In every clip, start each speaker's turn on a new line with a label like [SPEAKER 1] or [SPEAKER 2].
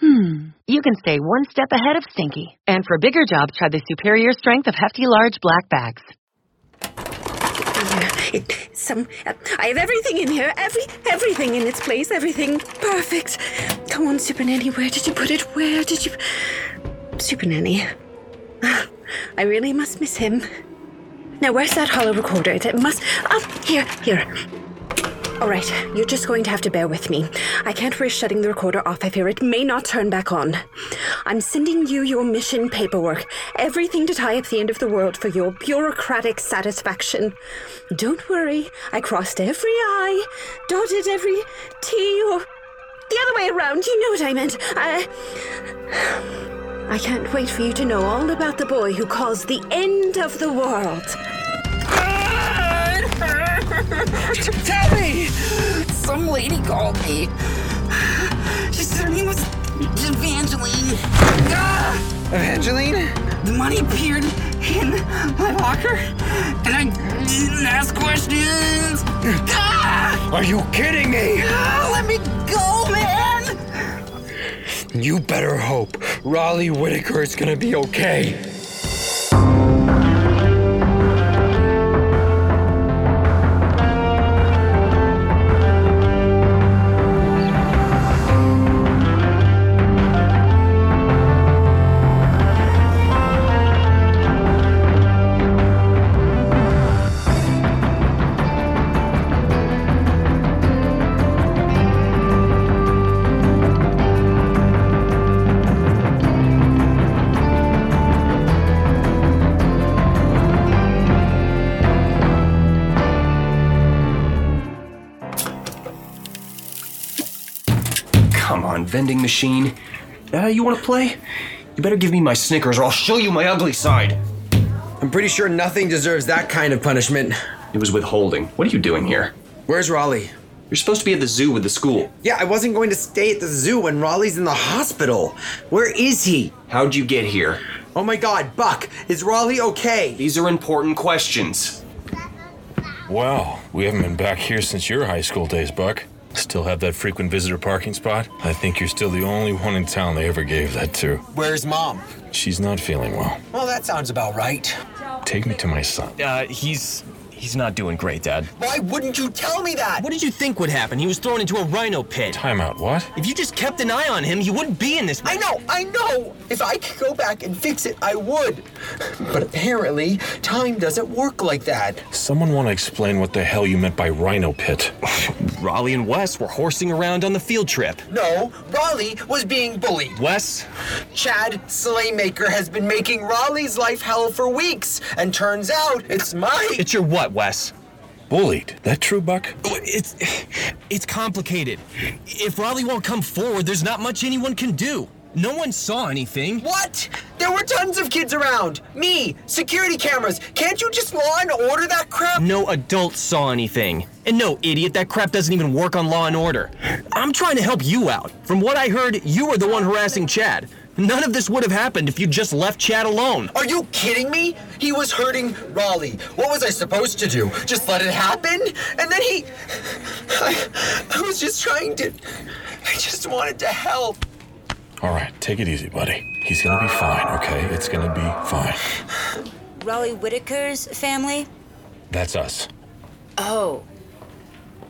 [SPEAKER 1] hmm, you can stay one step ahead of stinky. And for bigger jobs, try the superior strength of Hefty Large Black Bags.
[SPEAKER 2] It, some, uh, I have everything in here, every, everything in its place, everything perfect. Come on, Super Nanny, where did you put it? Where did you, Super Nanny? Ah, I really must miss him. Now, where's that hollow recorder? It must, up here, here. All right, you're just going to have to bear with me. I can't risk shutting the recorder off. I fear it may not turn back on. I'm sending you your mission paperwork, everything to tie up the end of the world for your bureaucratic satisfaction. Don't worry, I crossed every I, dotted every T, or the other way around. You know what I meant. I. I can't wait for you to know all about the boy who caused the end of the world.
[SPEAKER 3] Tell me! Some lady called me. She said her name was Evangeline. Ah!
[SPEAKER 4] Evangeline?
[SPEAKER 3] The money appeared in my locker, and I didn't ask questions. Ah!
[SPEAKER 4] Are you kidding me?
[SPEAKER 3] Ah, let me go, man!
[SPEAKER 4] You better hope Raleigh Whitaker is gonna be okay.
[SPEAKER 5] Come on, vending machine. Uh, you wanna play? You better give me my Snickers or I'll show you my ugly side.
[SPEAKER 4] I'm pretty sure nothing deserves that kind of punishment.
[SPEAKER 5] It was withholding. What are you doing here?
[SPEAKER 4] Where's Raleigh?
[SPEAKER 5] You're supposed to be at the zoo with the school.
[SPEAKER 4] Yeah, I wasn't going to stay at the zoo when Raleigh's in the hospital. Where is he?
[SPEAKER 5] How'd you get here?
[SPEAKER 4] Oh my god, Buck, is Raleigh okay?
[SPEAKER 5] These are important questions.
[SPEAKER 6] Wow, we haven't been back here since your high school days, Buck. Still have that frequent visitor parking spot? I think you're still the only one in town they ever gave that to.
[SPEAKER 7] Where's mom?
[SPEAKER 6] She's not feeling well.
[SPEAKER 7] Well, that sounds about right.
[SPEAKER 6] Take me to my son.
[SPEAKER 8] Uh, he's he's not doing great, Dad.
[SPEAKER 7] Why wouldn't you tell me that?
[SPEAKER 8] What did you think would happen? He was thrown into a rhino pit.
[SPEAKER 6] Time out, what?
[SPEAKER 8] If you just kept an eye on him, you wouldn't be in this.
[SPEAKER 7] I know, I know. If I could go back and fix it, I would. But apparently, time doesn't work like that.
[SPEAKER 6] Someone want to explain what the hell you meant by rhino pit?
[SPEAKER 8] Raleigh and Wes were horsing around on the field trip.
[SPEAKER 7] No, Raleigh was being bullied.
[SPEAKER 8] Wes,
[SPEAKER 7] Chad Slaymaker has been making Raleigh's life hell for weeks, and turns out it's my.
[SPEAKER 8] it's your what, Wes?
[SPEAKER 6] Bullied. That true, Buck?
[SPEAKER 8] It's it's complicated. If Raleigh won't come forward, there's not much anyone can do. No one saw anything.
[SPEAKER 7] What? There were tons of kids around. Me, security cameras. Can't you just law and order that crap?
[SPEAKER 8] No adult saw anything. And no, idiot, that crap doesn't even work on Law and Order. I'm trying to help you out. From what I heard, you were the one harassing Chad. None of this would have happened if you just left Chad alone.
[SPEAKER 7] Are you kidding me? He was hurting Raleigh. What was I supposed to do? Just let it happen? And then he. I, I was just trying to. I just wanted to help.
[SPEAKER 6] All right, take it easy, buddy. He's gonna be fine, okay? It's gonna be fine.
[SPEAKER 9] Raleigh Whitaker's family?
[SPEAKER 6] That's us.
[SPEAKER 9] Oh.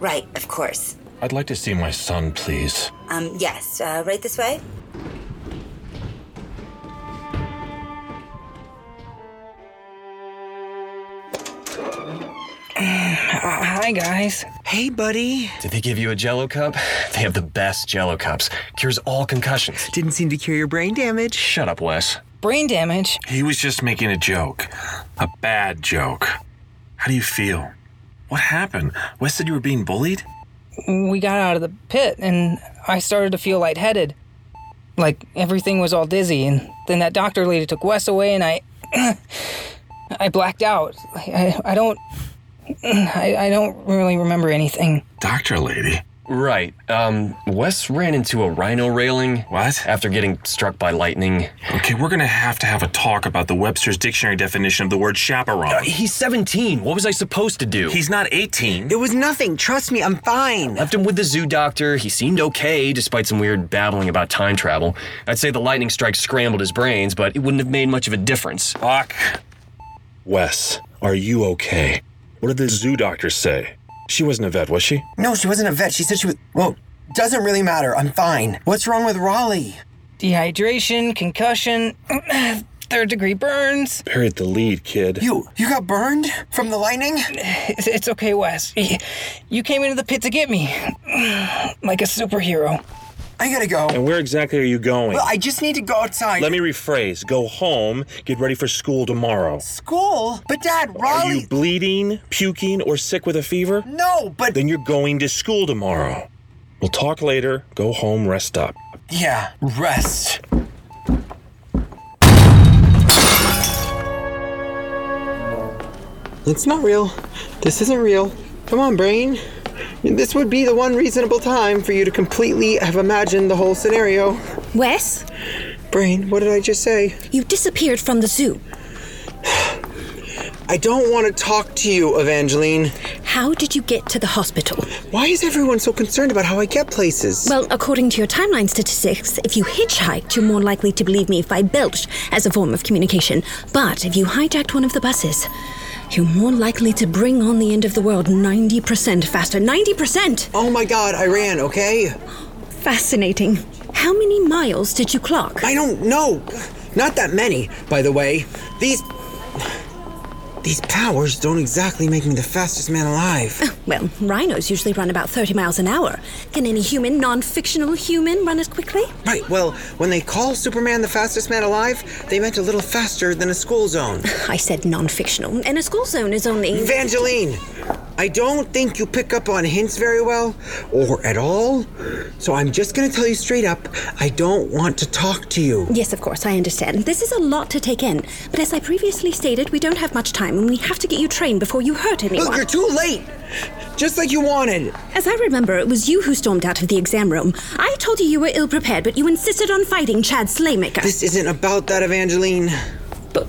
[SPEAKER 9] Right, of course.
[SPEAKER 6] I'd like to see my son, please.
[SPEAKER 9] Um, yes, uh, right this way?
[SPEAKER 3] Mm, uh, Hi, guys.
[SPEAKER 7] Hey, buddy.
[SPEAKER 8] Did they give you a jello cup? They have the best jello cups. Cures all concussions.
[SPEAKER 7] Didn't seem to cure your brain damage.
[SPEAKER 8] Shut up, Wes.
[SPEAKER 3] Brain damage.
[SPEAKER 6] He was just making a joke. A bad joke. How do you feel? What happened? Wes said you were being bullied?
[SPEAKER 3] We got out of the pit, and I started to feel lightheaded. Like everything was all dizzy, and then that doctor lady took Wes away, and I. I blacked out. I, I, I don't. I, I don't really remember anything.
[SPEAKER 8] Doctor lady. Right. Um, Wes ran into a rhino railing. What? After getting struck by lightning.
[SPEAKER 6] Okay, we're gonna have to have a talk about the Webster's Dictionary definition of the word chaperone.
[SPEAKER 8] he's 17. What was I supposed to do?
[SPEAKER 6] He's not 18.
[SPEAKER 7] It was nothing. Trust me, I'm fine.
[SPEAKER 8] Left him with the zoo doctor. He seemed okay, despite some weird babbling about time travel. I'd say the lightning strike scrambled his brains, but it wouldn't have made much of a difference.
[SPEAKER 6] Fuck. Wes, are you okay? What did the zoo doctor say? She wasn't a vet, was she?
[SPEAKER 10] No, she wasn't a vet. She said she was. Well, doesn't really matter. I'm fine. What's wrong with Raleigh?
[SPEAKER 3] Dehydration, concussion, third degree burns.
[SPEAKER 6] Buried the lead, kid.
[SPEAKER 10] You you got burned from the lightning?
[SPEAKER 3] It's, it's okay, Wes. Y- You came into the pit to get me, like a superhero.
[SPEAKER 10] I gotta go.
[SPEAKER 6] And where exactly are you going?
[SPEAKER 10] Well, I just need to go outside.
[SPEAKER 6] Let me rephrase. Go home, get ready for school tomorrow.
[SPEAKER 10] School? But Dad, Raleigh.
[SPEAKER 6] Are you bleeding, puking, or sick with a fever?
[SPEAKER 10] No, but.
[SPEAKER 6] Then you're going to school tomorrow. We'll talk later. Go home, rest up.
[SPEAKER 10] Yeah, rest.
[SPEAKER 7] It's not real. This isn't real. Come on, brain. This would be the one reasonable time for you to completely have imagined the whole scenario.
[SPEAKER 2] Wes?
[SPEAKER 7] Brain, what did I just say?
[SPEAKER 2] You disappeared from the zoo.
[SPEAKER 7] I don't want to talk to you, Evangeline.
[SPEAKER 2] How did you get to the hospital?
[SPEAKER 7] Why is everyone so concerned about how I get places?
[SPEAKER 2] Well, according to your timeline statistics, if you hitchhiked, you're more likely to believe me if I belched as a form of communication. But if you hijacked one of the buses, you're more likely to bring on the end of the world 90% faster. 90%!
[SPEAKER 7] Oh my god, I ran, okay?
[SPEAKER 2] Fascinating. How many miles did you clock?
[SPEAKER 7] I don't know. Not that many, by the way. These. These powers don't exactly make me the fastest man alive.
[SPEAKER 2] Well, rhinos usually run about 30 miles an hour. Can any human, non fictional human, run as quickly?
[SPEAKER 7] Right, well, when they call Superman the fastest man alive, they meant a little faster than a school zone.
[SPEAKER 2] I said non fictional, and a school zone is only.
[SPEAKER 7] Evangeline! I don't think you pick up on hints very well, or at all. So I'm just gonna tell you straight up I don't want to talk to you.
[SPEAKER 2] Yes, of course, I understand. This is a lot to take in. But as I previously stated, we don't have much time, and we have to get you trained before you hurt anyone.
[SPEAKER 7] Look, you're too late! Just like you wanted.
[SPEAKER 2] As I remember, it was you who stormed out of the exam room. I told you you were ill prepared, but you insisted on fighting Chad Slaymaker.
[SPEAKER 7] This isn't about that, Evangeline.
[SPEAKER 2] But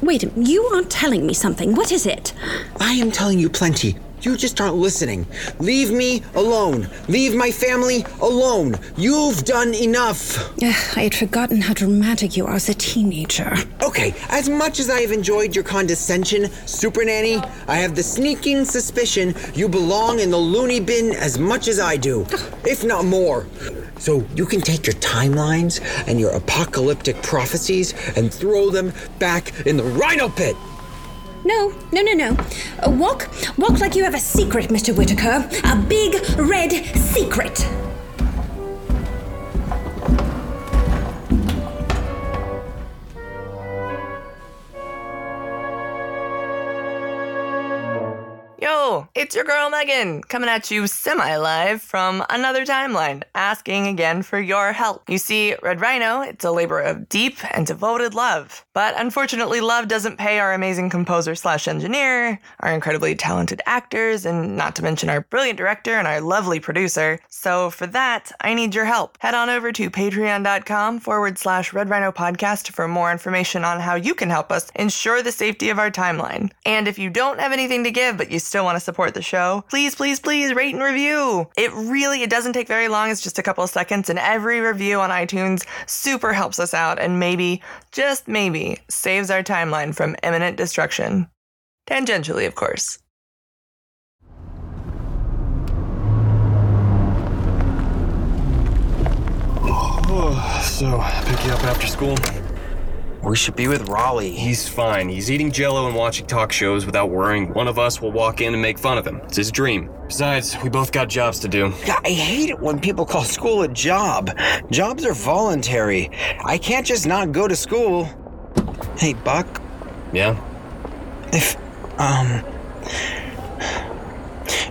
[SPEAKER 2] wait, a- you aren't telling me something. What is it?
[SPEAKER 7] I am telling you plenty. You just aren't listening. Leave me alone. Leave my family alone. You've done enough.
[SPEAKER 2] I had forgotten how dramatic you are as a teenager.
[SPEAKER 7] Okay, as much as I have enjoyed your condescension, Super Nanny, I have the sneaking suspicion you belong in the loony bin as much as I do, if not more. So you can take your timelines and your apocalyptic prophecies and throw them back in the rhino pit.
[SPEAKER 2] No, no, no, no. Uh, walk, walk like you have a secret, Mr. Whitaker. A big red secret.
[SPEAKER 11] Yo, it's your girl Megan coming at you semi live from another timeline, asking again for your help. You see, Red Rhino, it's a labor of deep and devoted love. But unfortunately, love doesn't pay our amazing composer slash engineer, our incredibly talented actors, and not to mention our brilliant director and our lovely producer. So for that, I need your help. Head on over to patreon.com forward slash Red Rhino Podcast for more information on how you can help us ensure the safety of our timeline. And if you don't have anything to give, but you still want to support the show, please, please, please rate and review. It really, it doesn't take very long. It's just a couple of seconds. And every review on iTunes super helps us out and maybe, just maybe, saves our timeline from imminent destruction. Tangentially, of course.
[SPEAKER 8] so, pick you up after school?
[SPEAKER 12] We should be with Raleigh.
[SPEAKER 8] He's fine. He's eating jello and watching talk shows without worrying one of us will walk in and make fun of him. It's his dream. Besides, we both got jobs to do.
[SPEAKER 7] Yeah, I hate it when people call school a job. Jobs are voluntary. I can't just not go to school. Hey, Buck,
[SPEAKER 8] Yeah?
[SPEAKER 7] if um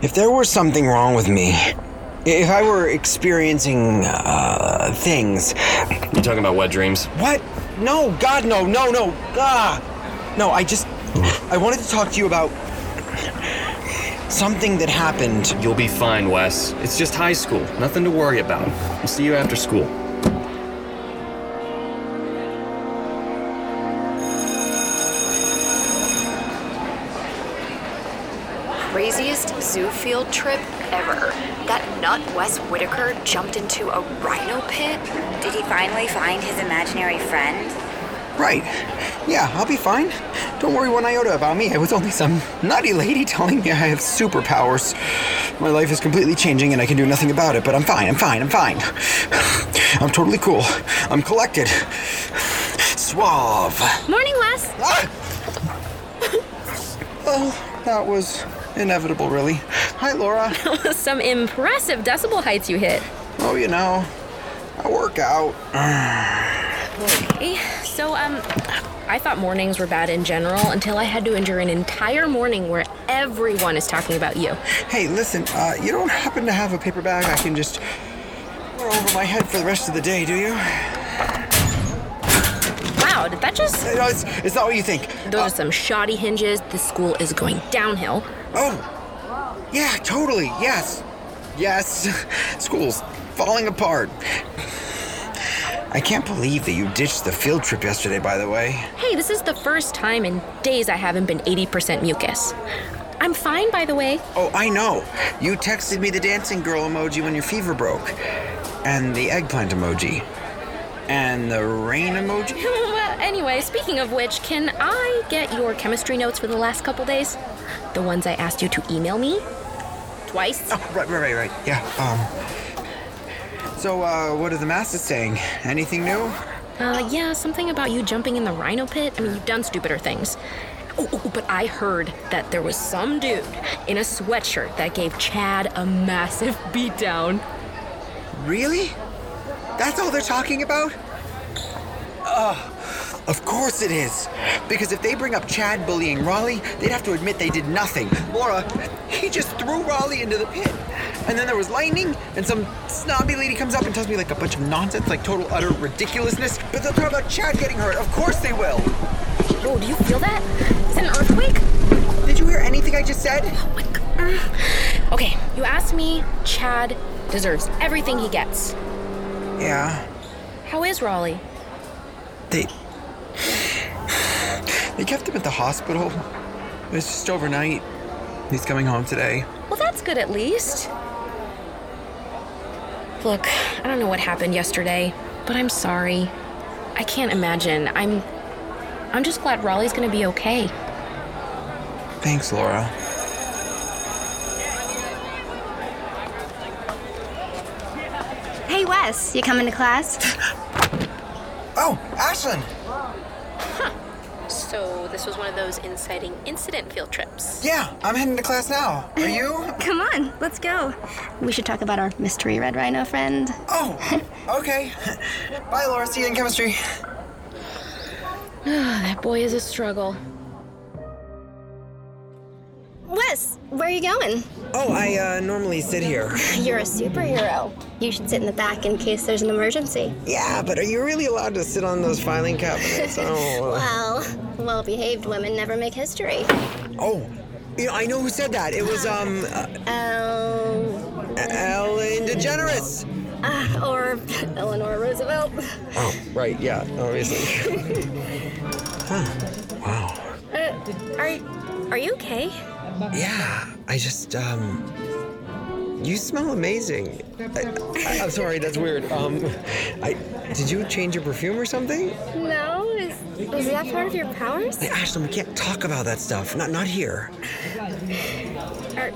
[SPEAKER 7] if there were something wrong with me, if I were experiencing uh things,
[SPEAKER 8] You talking about wet dreams?
[SPEAKER 7] what? No, God, no, no, no. Ah. No, I just
[SPEAKER 8] Mm.
[SPEAKER 7] I wanted to talk to you about something that happened.
[SPEAKER 8] You'll be fine, Wes. It's just high school. Nothing to worry about. I'll see you after school.
[SPEAKER 13] Craziest zoo field trip ever. That nut Wes Whitaker jumped into a rhino pit?
[SPEAKER 9] Did he finally find his imaginary friend?
[SPEAKER 7] Right. Yeah, I'll be fine. Don't worry one iota about me. I was only some nutty lady telling me I have superpowers. My life is completely changing and I can do nothing about it, but I'm fine, I'm fine, I'm fine. I'm totally cool. I'm collected. Suave.
[SPEAKER 14] Morning, Wes.
[SPEAKER 7] Oh, that was inevitable, really. Hi, Laura.
[SPEAKER 14] Some impressive decibel heights you hit.
[SPEAKER 7] Oh, you know, I work out.
[SPEAKER 14] Okay. So, um, I thought mornings were bad in general until I had to endure an entire morning where everyone is talking about you.
[SPEAKER 7] Hey, listen, uh, you don't happen to have a paper bag I can just wear over my head for the rest of the day, do you?
[SPEAKER 14] Wow, did that just.
[SPEAKER 7] No, it's, it's not what you think. Uh,
[SPEAKER 14] Those are some shoddy hinges. The school is going downhill.
[SPEAKER 7] Oh, yeah, totally. Yes. Yes. School's falling apart. I can't believe that you ditched the field trip yesterday, by the way.
[SPEAKER 14] Hey, this is the first time in days I haven't been 80% mucus. I'm fine, by the way.
[SPEAKER 7] Oh, I know. You texted me the dancing girl emoji when your fever broke, and the eggplant emoji, and the rain emoji.
[SPEAKER 14] well, anyway, speaking of which, can I get your chemistry notes for the last couple days? The ones I asked you to email me? Twice?
[SPEAKER 7] Oh, right, right, right, right. Yeah. Um. So, uh, what are the masses saying? Anything new?
[SPEAKER 14] Uh, yeah, something about you jumping in the rhino pit. I mean, you've done stupider things. Oh, oh, oh, but I heard that there was some dude in a sweatshirt that gave Chad a massive beatdown.
[SPEAKER 7] Really? That's all they're talking about? Ugh. Of course it is. Because if they bring up Chad bullying Raleigh, they'd have to admit they did nothing. Laura, he just threw Raleigh into the pit. And then there was lightning, and some snobby lady comes up and tells me like a bunch of nonsense, like total utter ridiculousness. But they'll talk about Chad getting hurt. Of course they will.
[SPEAKER 14] Oh, do you feel that? Is it an earthquake?
[SPEAKER 7] Did you hear anything I just said?
[SPEAKER 14] Oh Okay, you asked me, Chad deserves everything he gets.
[SPEAKER 7] Yeah.
[SPEAKER 14] How is Raleigh?
[SPEAKER 7] They. They kept him at the hospital. It was just overnight. He's coming home today.
[SPEAKER 14] Well, that's good at least. Look, I don't know what happened yesterday, but I'm sorry. I can't imagine. I'm I'm just glad Raleigh's going to be okay.
[SPEAKER 7] Thanks, Laura.
[SPEAKER 14] Hey, Wes,
[SPEAKER 15] you coming to class?
[SPEAKER 16] Oh, Ashlyn!
[SPEAKER 14] So, this was one of those inciting incident field trips.
[SPEAKER 16] Yeah, I'm heading to class now. Are you?
[SPEAKER 15] Come on, let's go. We should talk about our mystery red rhino friend.
[SPEAKER 16] Oh, okay. Bye, Laura. See you in chemistry.
[SPEAKER 14] that boy is a struggle.
[SPEAKER 15] Wes, where are you going?
[SPEAKER 7] Oh, I uh, normally sit here.
[SPEAKER 15] You're a superhero. You should sit in the back in case there's an emergency.
[SPEAKER 7] Yeah, but are you really allowed to sit on those filing cabinets? Oh.
[SPEAKER 15] Well, well behaved women never make history.
[SPEAKER 7] Oh, you know, I know who said that. It was um, uh,
[SPEAKER 15] Oh.
[SPEAKER 7] Ellen DeGeneres.
[SPEAKER 15] Ah, or Eleanor Roosevelt.
[SPEAKER 7] Oh, right. Yeah, obviously. huh. Wow.
[SPEAKER 14] Uh, are, are you okay?
[SPEAKER 7] Yeah, I just um. You smell amazing. I, am sorry, that's weird. Um, I did you change your perfume or something?
[SPEAKER 15] No? Is, is that part of your powers?
[SPEAKER 7] Hey, Ashlyn, we can't talk about that stuff. Not not here.
[SPEAKER 15] Are,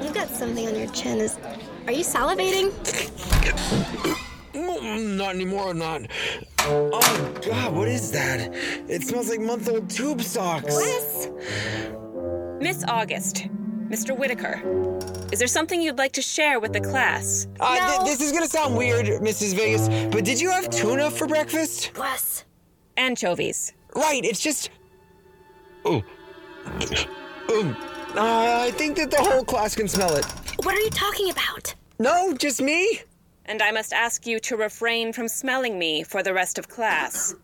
[SPEAKER 15] you've got something on your chin. Is, are you salivating?
[SPEAKER 7] Mm, Not anymore. I'm not. Oh God, what is that? It smells like month-old tube socks.
[SPEAKER 17] Miss August, Mr. Whitaker, is there something you'd like to share with the class?
[SPEAKER 7] Uh, th- this is gonna sound weird, Mrs. Vegas, but did you have tuna for breakfast?
[SPEAKER 15] Wes.
[SPEAKER 17] Anchovies.
[SPEAKER 7] Right, it's just. Oh. Oh. Uh, I think that the whole class can smell it.
[SPEAKER 15] What are you talking about?
[SPEAKER 7] No, just me?
[SPEAKER 17] And I must ask you to refrain from smelling me for the rest of class.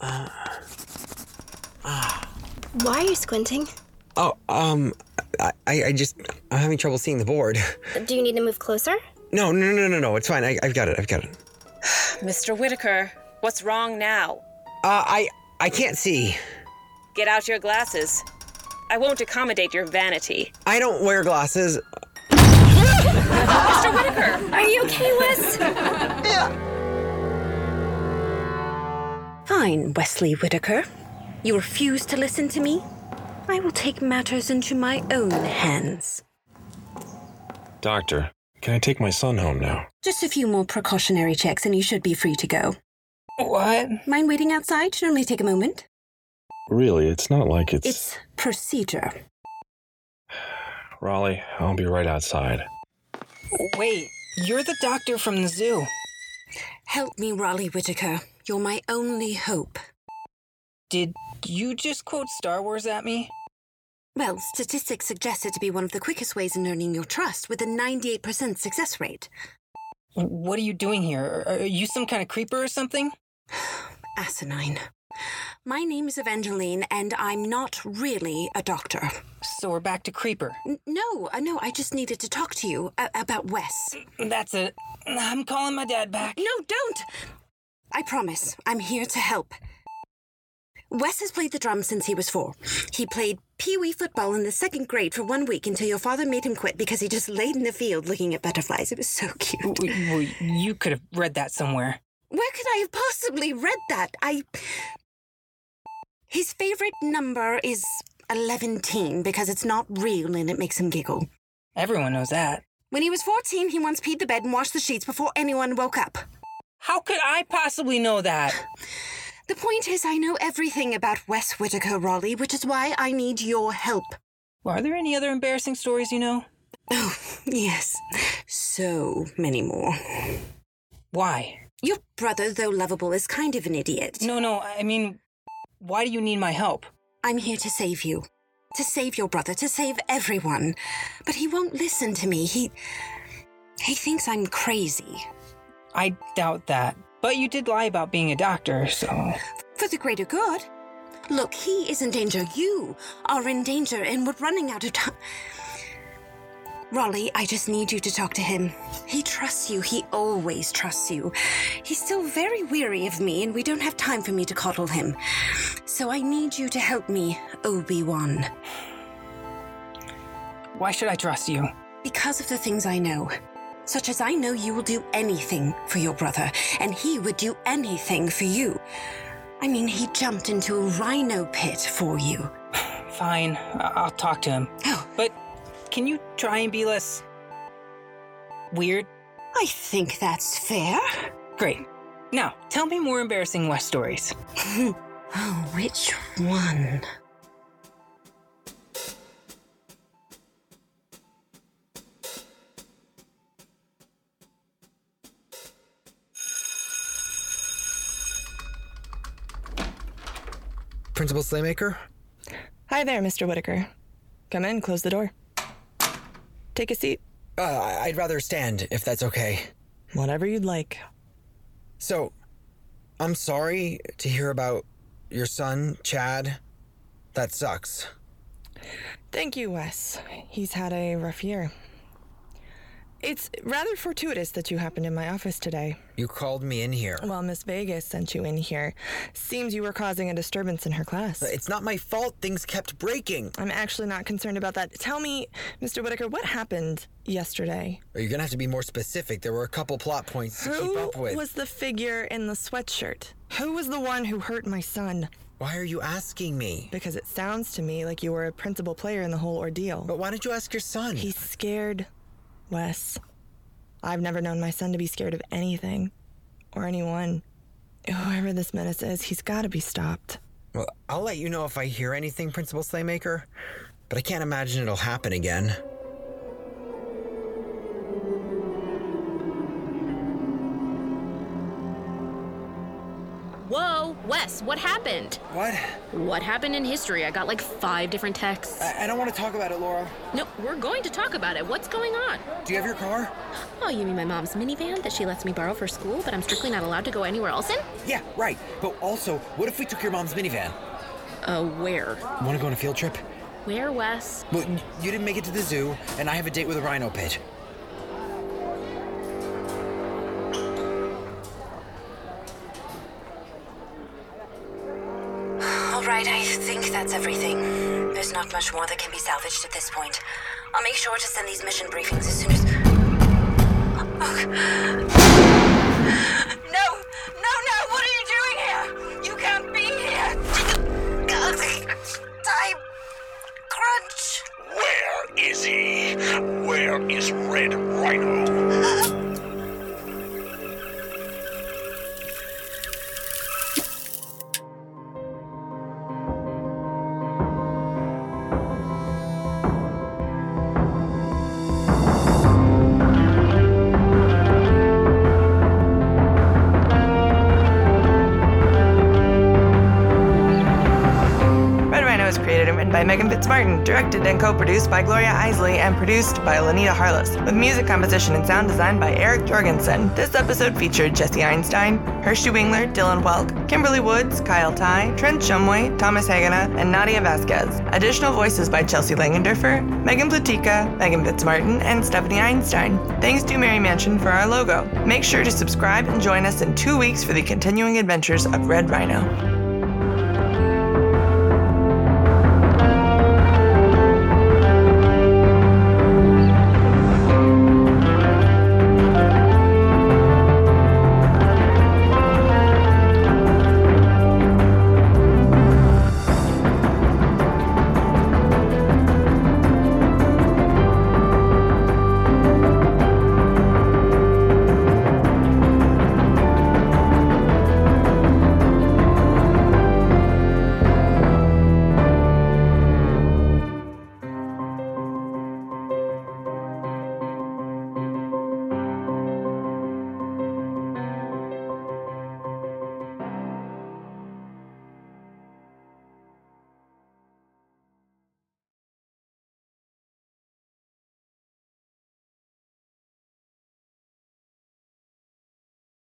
[SPEAKER 7] Uh, ah.
[SPEAKER 15] Why are you squinting?
[SPEAKER 7] oh, um, I, I I just, I'm having trouble seeing the board.
[SPEAKER 15] Do you need to move closer?
[SPEAKER 7] No, no, no, no, no, it's fine. I, I've got it. I've got it.
[SPEAKER 17] Mr. Whitaker, what's wrong now?
[SPEAKER 7] Uh, I, I can't see.
[SPEAKER 17] Get out your glasses. I won't accommodate your vanity.
[SPEAKER 7] I don't wear glasses.
[SPEAKER 17] Mr. Whitaker! Are you okay, Wes?
[SPEAKER 2] Fine, Wesley Whitaker. You refuse to listen to me? I will take matters into my own hands.
[SPEAKER 6] Doctor, can I take my son home now?
[SPEAKER 2] Just a few more precautionary checks and you should be free to go.
[SPEAKER 11] What?
[SPEAKER 2] Mind waiting outside? Should only take a moment.
[SPEAKER 6] Really, it's not like it's.
[SPEAKER 2] It's procedure.
[SPEAKER 6] Raleigh, I'll be right outside.
[SPEAKER 2] Wait, you're the doctor from the zoo. Help me, Raleigh Whitaker. You're my only hope.
[SPEAKER 3] Did you just quote Star Wars at me?
[SPEAKER 2] Well, statistics suggest it to be one of the quickest ways in earning your trust with a 98% success rate.
[SPEAKER 3] What are you doing here? Are are you some kind of creeper or something?
[SPEAKER 2] Asinine. My name is Evangeline, and I'm not really a doctor.
[SPEAKER 3] So we're back to creeper.
[SPEAKER 2] N- no, uh, no, I just needed to talk to you a- about Wes.
[SPEAKER 3] That's it. I'm calling my dad back.
[SPEAKER 2] No, don't! I promise, I'm here to help. Wes has played the drums since he was four. He played pee wee football in the second grade for one week until your father made him quit because he just laid in the field looking at butterflies. It was so cute.
[SPEAKER 3] Well, you could have read that somewhere.
[SPEAKER 2] Where could I have possibly read that? I. His favorite number is 11 because it's not real and it makes him giggle.
[SPEAKER 3] Everyone knows that.
[SPEAKER 2] When he was 14, he once peed the bed and washed the sheets before anyone woke up.
[SPEAKER 3] How could I possibly know that?
[SPEAKER 2] The point is, I know everything about Wes Whitaker, Raleigh, which is why I need your help.
[SPEAKER 3] Are there any other embarrassing stories you know?
[SPEAKER 2] Oh, yes. So many more.
[SPEAKER 3] Why?
[SPEAKER 2] Your brother, though lovable, is kind of an idiot.
[SPEAKER 3] No, no, I mean, why do you need my help?
[SPEAKER 2] I'm here to save you. To save your brother, to save everyone. But he won't listen to me. He. He thinks I'm crazy.
[SPEAKER 3] I doubt that. But you did lie about being a doctor, so.
[SPEAKER 2] For the greater good. Look, he is in danger. You are in danger, and we're running out of time. Raleigh, I just need you to talk to him. He trusts you. He always trusts you. He's still very weary of me, and we don't have time for me to coddle him. So I need you to help me, Obi Wan.
[SPEAKER 3] Why should I trust you?
[SPEAKER 2] Because of the things I know. Such as I know you will do anything for your brother, and he would do anything for you. I mean, he jumped into a rhino pit for you.
[SPEAKER 3] Fine, I- I'll talk to him.
[SPEAKER 2] Oh.
[SPEAKER 3] But can you try and be less. weird?
[SPEAKER 2] I think that's fair.
[SPEAKER 3] Great. Now, tell me more embarrassing West stories.
[SPEAKER 2] oh, which one?
[SPEAKER 7] Principal Slaymaker?
[SPEAKER 18] Hi there, Mr. Whitaker. Come in, close the door. Take a seat.
[SPEAKER 7] Uh, I- I'd rather stand, if that's okay.
[SPEAKER 18] Whatever you'd like.
[SPEAKER 7] So, I'm sorry to hear about your son, Chad. That sucks.
[SPEAKER 18] Thank you, Wes. He's had a rough year. It's rather fortuitous that you happened in my office today.
[SPEAKER 7] You called me in here.
[SPEAKER 18] Well, Miss Vegas sent you in here. Seems you were causing a disturbance in her class.
[SPEAKER 7] Uh, It's not my fault things kept breaking.
[SPEAKER 18] I'm actually not concerned about that. Tell me, Mr. Whitaker, what happened yesterday?
[SPEAKER 7] You're gonna have to be more specific. There were a couple plot points to keep
[SPEAKER 18] Who
[SPEAKER 7] up with.
[SPEAKER 18] was the figure in the sweatshirt? Who was the one who hurt my son?
[SPEAKER 7] Why are you asking me?
[SPEAKER 18] Because it sounds to me like you were a principal player in the whole ordeal.
[SPEAKER 7] But why didn't you ask your son?
[SPEAKER 18] He's scared, Wes. I've never known my son to be scared of anything or anyone. Whoever this menace is, he's got to be stopped.
[SPEAKER 7] Well, I'll let you know if I hear anything, Principal Slaymaker, but I can't imagine it'll happen again.
[SPEAKER 14] Whoa, Wes, what happened?
[SPEAKER 7] What?
[SPEAKER 14] What happened in history? I got like five different texts.
[SPEAKER 7] I, I don't want to talk about it, Laura.
[SPEAKER 14] No, we're going to talk about it. What's going on?
[SPEAKER 7] Do you have your car?
[SPEAKER 14] Oh, you mean my mom's minivan that she lets me borrow for school, but I'm strictly not allowed to go anywhere else in?
[SPEAKER 7] Yeah, right. But also, what if we took your mom's minivan?
[SPEAKER 14] Uh, where?
[SPEAKER 7] Want to go on a field trip?
[SPEAKER 14] Where, Wes?
[SPEAKER 7] Well, y- you didn't make it to the zoo, and I have a date with a rhino pit.
[SPEAKER 19] All right, I think that's everything. There's not much more that can be salvaged at this point. I'll make sure to send these mission briefings as soon as. Oh,
[SPEAKER 2] No! No, no! What are you doing here? You can't be here! Time crunch!
[SPEAKER 6] Where is he? Where is Red Rhino?
[SPEAKER 11] Red Rhino is created and written by Megan Fitzmartin, directed and co-produced by Gloria Isley, and produced by Lenita Harless, with music composition and sound design by Eric Jorgensen. This episode featured Jesse Einstein, Hershey Wingler, Dylan Welk, Kimberly Woods, Kyle Ty, Trent Shumway, Thomas Hagana, and Nadia Vasquez. Additional voices by Chelsea Langendorfer, Megan Platika, Megan Fitzmartin, and Stephanie Einstein. Thanks to Mary Mansion for our logo. Make sure to subscribe and join us in two weeks for the continuing adventures of Red Rhino.